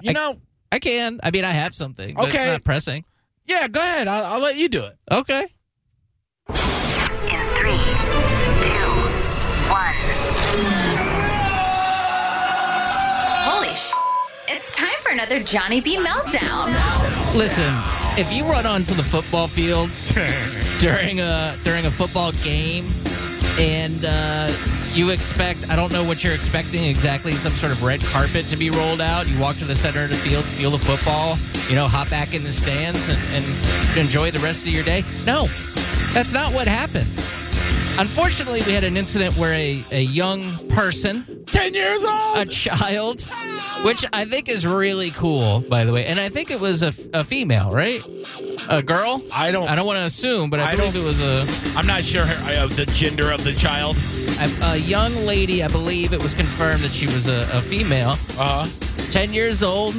You I- know, I can. I mean, I have something. But It's Okay. not pressing. yeah, go ahead. I'll, I'll let you do it. Okay. In three, two, one. Holy sh! It's time for another Johnny B meltdown. Listen, if you run onto the football field during a during a football game and uh, you expect I don't know what you're expecting exactly some sort of red carpet to be rolled out. You walk to the center of the field, steal the football, you know, hop back in the stands and, and enjoy the rest of your day. No, that's not what happened. Unfortunately, we had an incident where a, a young person 10 years old. a child, which I think is really cool, by the way. And I think it was a, f- a female, right? A girl? I don't- I don't want to assume, but I, I believe don't- it was a I'm not sure her- uh, of the gender of the child. a, a young lady. I believe it was confirmed that she was a, a female, Uh, ten years old.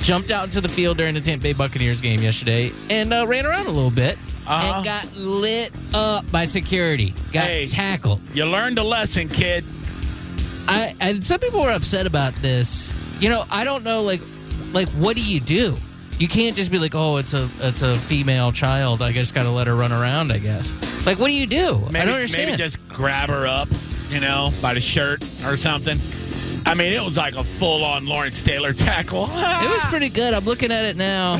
Jumped out into the field during the Tampa Bay Buccaneers game yesterday and uh, ran around a little bit Uh-huh. and got lit up by security. Got Hey. tackled. you learned a lesson, kid. I and some people were upset about this. You know, I don't know like like what do you do? You can't just be like, "Oh, it's a it's a female child. I just got to let her run around, I guess." Like what do you do? Maybe, I don't understand. Maybe just grab her up, you know, by the shirt or something. I mean, it was like a full-on Lawrence Taylor tackle. Ah. it was pretty good. I'm looking at it now.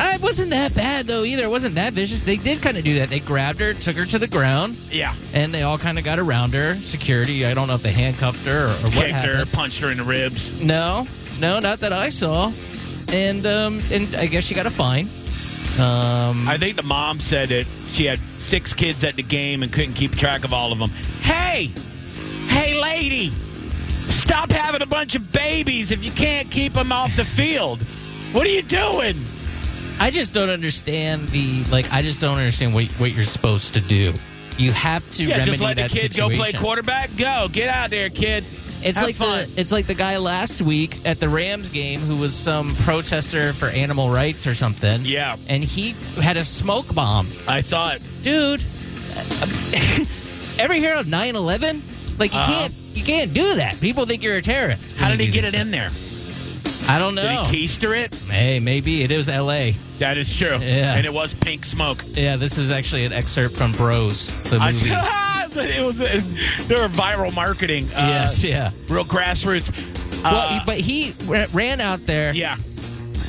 It wasn't that bad though either. It wasn't that vicious. They did kind of do that. They grabbed her, took her to the ground, yeah, and they all kind of got around her. Security, I don't know if they handcuffed her or, or what kicked happened. her, punched her in the ribs. No, no, not that I saw. And um, and I guess she got a fine. Um, I think the mom said that she had six kids at the game and couldn't keep track of all of them. Hey, hey, lady, stop having a bunch of babies if you can't keep them off the field. What are you doing? I just don't understand the like. I just don't understand what what you're supposed to do. You have to Yeah, remedy just let the that kid go situation. play quarterback. Go get out there, kid. It's Have like fun. the it's like the guy last week at the Rams game who was some protester for animal rights or something. Yeah. and he had a smoke bomb, I saw it. dude. Every hero of 9-11? like you Uh-huh. can't you can't do that. People think you're a terrorist. How when did he you do get it this in there? stuff. I don't Did know. he keister it? Hey, maybe it is L.A. That is true. Yeah. And it was pink smoke. Yeah, this is actually an excerpt from Bros, the I movie. saw, it was a, they were viral marketing. Uh, yes, yeah. Real grassroots. Well, Uh, but he ra- ran out there, yeah.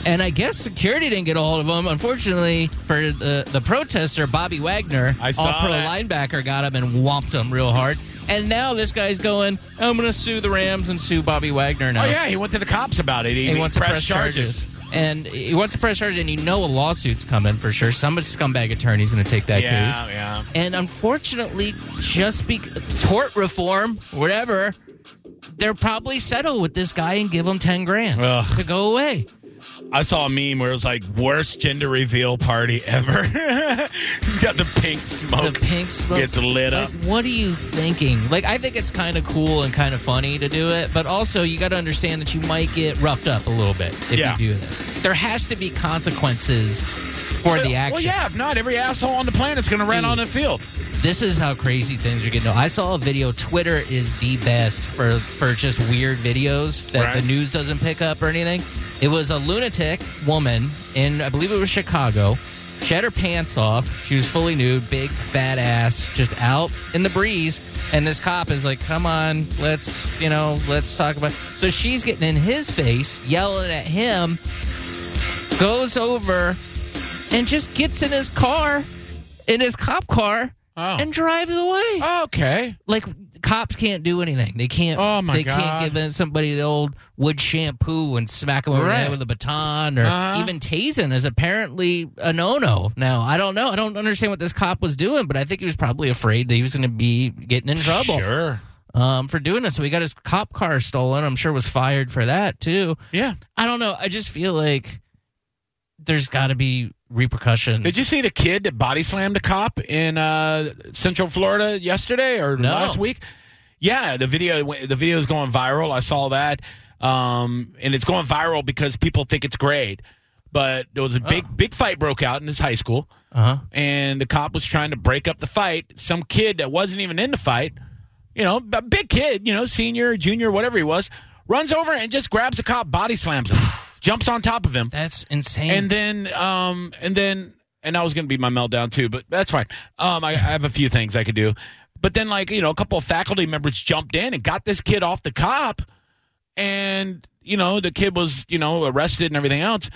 and I guess security didn't get a hold of him. Unfortunately for the the protester, Bobby Wagner, I saw all pro that. linebacker, got him and whomped him real hard. And now this guy's going, I'm going to sue the Rams and sue Bobby Wagner now. Oh yeah, he went to the cops about it. He, He wants to press charges. And he wants to press charges, and you know a lawsuit's coming for sure. Some scumbag attorney's going to take that case. Yeah, yeah. And unfortunately, just be tort reform, whatever, they'll probably settle with this guy and give him ten grand Ugh. to go away. I saw a meme where it was like worst gender reveal party ever. He's got the pink The smoke. pink smoke Gets lit Like, up. what are you thinking? Like, I think it's kind of cool and kind of funny to do it, but also you got to understand that you might get roughed up a little bit if Yeah. you do this. There has to be consequences for the action. Well, yeah. If not, every asshole on the planet's going to run Dude. on the field. This is how crazy things are getting. I saw a video. Twitter is the best for for just weird videos that Right. the news doesn't pick up or anything. It was a lunatic woman in I believe it was Chicago. She had her pants off. She was fully nude, big fat ass, just out in the breeze. And this cop is like, "Come on, let's you know, let's talk about." So she's getting in his face, yelling at him. Goes over and just gets in his car, in his cop car, Oh. and drives away. Okay. Like cops can't do anything. They can't. Oh, my They God. can't give in- somebody the old wood shampoo and smack them over the Right. head with a baton, or Uh-huh. even tasing is apparently a no-no. Now I don't know. I don't understand what this cop was doing, but I think he was probably afraid that he was going to be getting in trouble Sure. um, for doing this. So he got his cop car stolen. I'm sure was fired for that too. Yeah. I don't know. I just feel like there's got to be repercussions. Did you see the kid that body slammed a cop in uh, Central Florida yesterday or No. last week? Yeah, the video the video is going viral. I saw that, um, and it's going viral because people think it's great. But there was a big big fight broke out in this high school, uh-huh. and the cop was trying to break up the fight. Some kid that wasn't even in the fight, you know, a big kid, you know, senior, junior, whatever he was, runs over and just grabs a cop, body slams him, jumps on top of him, That's insane. and then um and then and that was gonna be my meltdown too, but that's fine. Um, I, I have a few things I could do, but then like you know a couple of faculty members jumped in and got this kid off the cop, and you know the kid was you know arrested and everything else,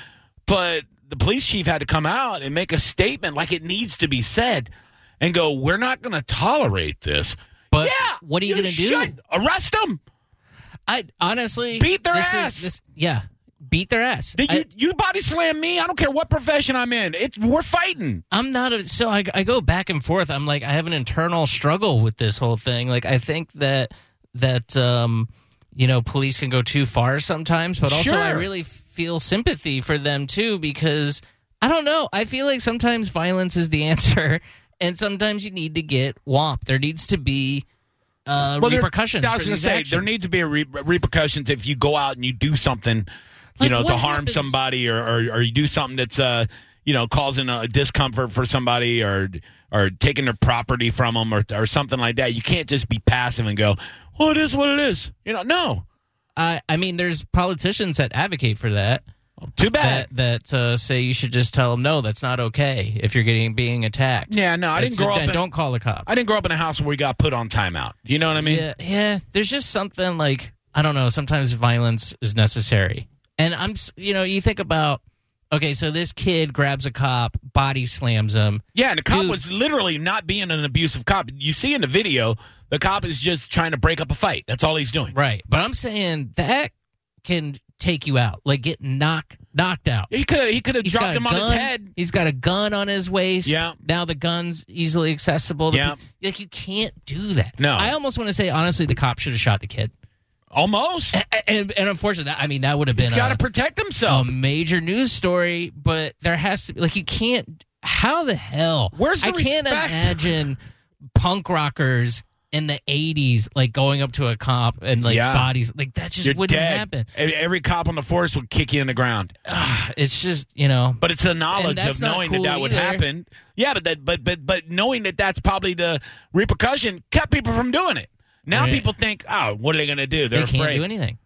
but the police chief had to come out and make a statement like it needs to be said, and go we're not gonna tolerate this. but yeah, what are you, gonna do? should. Arrest him. I honestly Beat their this ass. Is, this, yeah, beat their ass. Did I- you, you body slam me. I don't care what profession I'm in. It's we're fighting. I'm not a, so I, I go back and forth. I'm like I have an internal struggle with this whole thing. Like I think that that um you know police can go too far sometimes, but also I Sure. really feel sympathy for them too because I don't know. I feel like sometimes violence is the answer, and sometimes you need to get whopped. There needs to be uh, Well, there- repercussions. I was for gonna these say there actions. needs to be a re- repercussions if you go out and you do something, you Like, know, to what harm happens- somebody or, or or you do something that's uh you know causing a discomfort for somebody or or taking their property from them or or something like that. You can't just be passive and go, "Well, it is what it is." You know, no. I I mean, there's politicians that advocate for that. Too bad. that that uh, say you should just tell them no, that's not okay if you're getting being attacked. yeah, no. I didn't It's- grow up. then In, don't call the cop. I didn't grow up in a house where we got put on timeout. You know what I mean? yeah, yeah. There's just something like I don't know. Sometimes violence is necessary, and I'm s- you know you think about okay, so this kid grabs a cop, body slams him. Yeah, and the cop Dude. was literally not being an abusive cop. You see in the video, the cop is just trying to break up a fight. That's all he's doing. Right, but I'm saying that can take you out, like get knocked knocked out. He could have. He could have He's dropped got a him on gun. his head. He's got a gun on his waist. Yeah. Now the gun's easily accessible. to Yeah. pe- Like you can't do that. No. I almost want to say honestly, the cop should have shot the kid. Almost. A- And, and unfortunately, that, I mean that would have He's been got a, to protect a himself. major news story. But there has to be like you can't. How the hell? Where's the I can't respect? imagine punk rockers in the '80s like going up to a cop and like Yeah. bodies like that just You're wouldn't dead. happen. E- Every cop on the force would kick you in the ground. Ah, it's just you know But it's the knowledge that's of not knowing cool that that would either. happen. Yeah, but that, but but but knowing that that's probably the repercussion kept people from doing it. Now Right. people think, oh, what are they going to do? They're they can't afraid. do anything.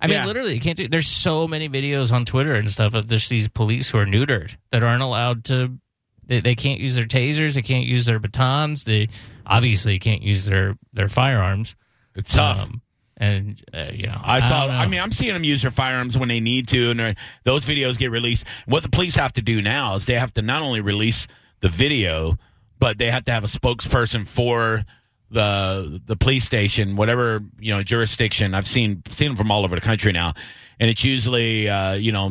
I Yeah. mean, literally, you can't do. There's so many videos on Twitter and stuff of just these police who are neutered that aren't allowed to. They, they can't use their tasers. They can't use their batons. They obviously can't use their their firearms. it's tough. Um, and uh, you know, I saw. don't know. I, mean, I'm seeing them use their firearms when they need to, and they're- those videos get released. What the police have to do now is they have to not only release the video, but they have to have a spokesperson for the the police station, whatever you know jurisdiction. I've seen seen them from all over the country now, and it's usually uh, you know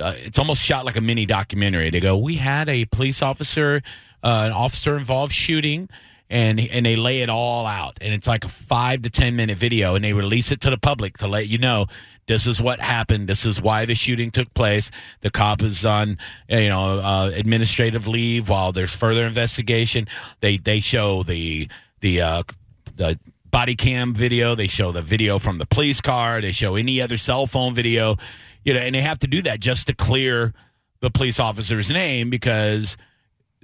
uh, it's almost shot like a mini documentary. They go, "We had a police officer, uh, an officer involved shooting." and and they lay it all out and it's like a five to ten minute video and they release it to the public to let you know this is what happened this is why the shooting took place the cop is on you know uh, administrative leave while there's further investigation they they show the the uh the body cam video they show the video from the police car they show any other cell phone video you know and they have to do that just to clear the police officer's name because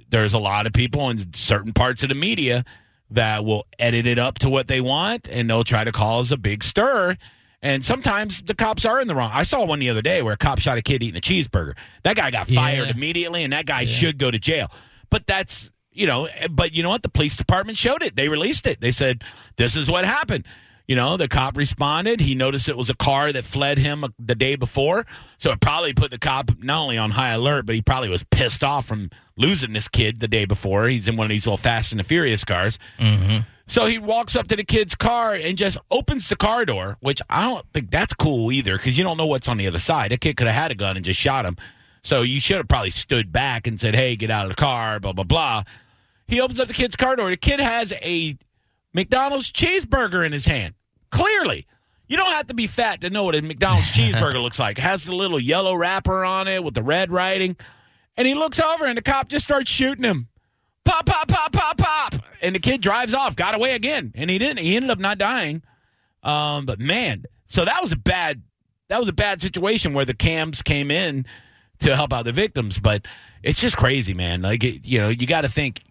there's a lot of people in certain parts of the media that will edit it up to what they want and they'll try to cause a big stir. And sometimes the cops are in the wrong. I saw one the other day where a cop shot a kid eating a cheeseburger. That guy got Yeah. fired immediately and that guy should go to jail. But that's, you know, but you know what? The police department showed it. They released it. They said, this is what happened. You know, the cop responded. He noticed it was a car that fled him uh, the day before. So it probably put the cop not only on high alert, but he probably was pissed off from losing this kid the day before. He's in one of these little Fast and the Furious cars. Mm-hmm. So he walks up to the kid's car and just opens the car door, which I don't think that's cool either because you don't know what's on the other side. That kid could have had a gun and just shot him. So you should have probably stood back and said, hey, get out of the car, blah, blah, blah. He opens up the kid's car door. The kid has a McDonald's cheeseburger in his hand. Clearly. You don't have to be fat to know what a McDonald's cheeseburger looks like. It has the little yellow wrapper on it with the red writing. And he looks over and the cop just starts shooting him. Pop, pop, pop, pop, pop. And the kid drives off, got away again. And he didn't. He ended up not dying. Um, but man, so that was a bad that was a bad situation where the cams came in to help out the victims, but it's just crazy, man. Like it, you know, you got to think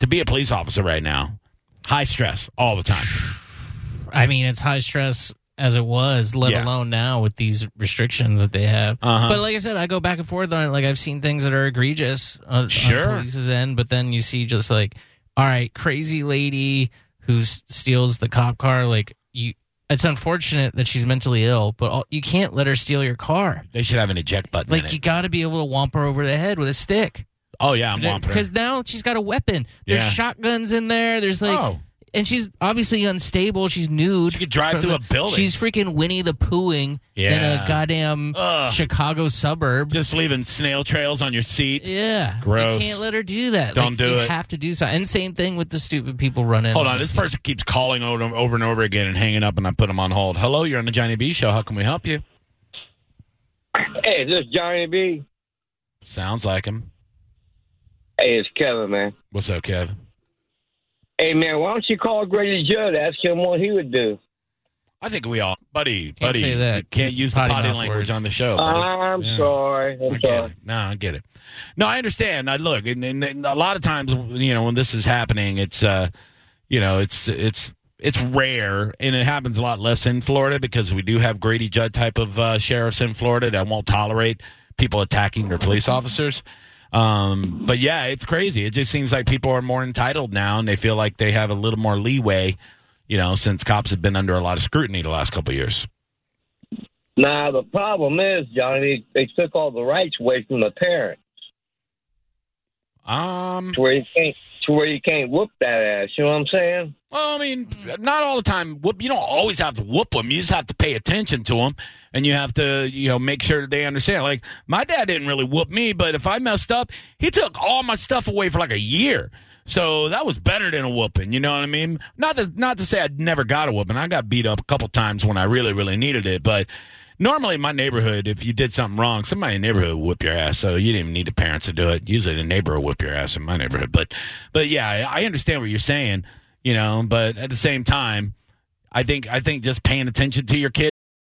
to be a police officer right now, high stress all the time. I mean, it's high stress as it was, let Yeah. alone now with these restrictions that they have. Uh-huh. But like I said, I go back and forth on it. Like I've seen things that are egregious on, Sure. on police's end, but then you see just like, all right, crazy lady who s- steals the cop car. Like you, it's unfortunate that she's mentally ill, but all, you can't let her steal your car. They should have an eject button. in Like it. you got to be able to whomp her over the head with a stick oh yeah, I'm womping. her. because now she's got a weapon. There's Yeah. shotguns in there. There's like, Oh. and she's obviously unstable. She's nude. She could drive From through the- a building. She's freaking Winnie the Poohing in Yeah. a goddamn Ugh. Chicago suburb. just leaving snail trails on your seat. yeah, Gross. You can't let her do that. Don't Like, do you it. Have to do something. And same thing with the stupid people running. Hold on, this person keeps calling over, over and over again and hanging up, and I put them on hold. Hello, you're on the Johnny B Show. How can we help you? Hey, is this Johnny B? Sounds like him. Hey, it's Kevin, man. What's up, Kev? Hey, man, why don't you call Grady Judd? Ask him what he would do. I think we all, buddy, Can't buddy, say that. you can't use the Potty potty mouth language words. on the show. buddy. I'm Yeah. sorry. I I'm get sorry. it. No, I get it. No, I understand. I look, and, and, and a lot of times, you know, when this is happening, it's, uh, you know, it's it's it's rare, and it happens a lot less in Florida because we do have Grady Judd type of uh, sheriffs in Florida that won't tolerate people attacking their police officers. Um, but yeah, it's crazy. It just seems like people are more entitled now, and they feel like they have a little more leeway. You know, since cops have been under a lot of scrutiny the last couple of years. Now, the problem is, Johnny, they took all the rights away from the parents Um, to where you can't, to where you can't whoop that ass. You know what I'm saying? Well, I mean, not all the time. Whoop, you don't always have to whoop them. You just have to pay attention to them, and you have to, you know, make sure that they understand. Like my dad didn't really whoop me, but if I messed up, he took all my stuff away for like a year. So that was better than a whooping. You know what I mean? Not to not to say I never got a whooping. I got beat up a couple times when I really really needed it, but. Normally, in my neighborhood, if you did something wrong, somebody in the neighborhood would whoop your ass. So you didn't even need the parents to do it. Usually, the neighbor will whoop your ass in my neighborhood. But, but yeah, I I understand what you're saying you know but at the same time i think i think just paying attention to your kids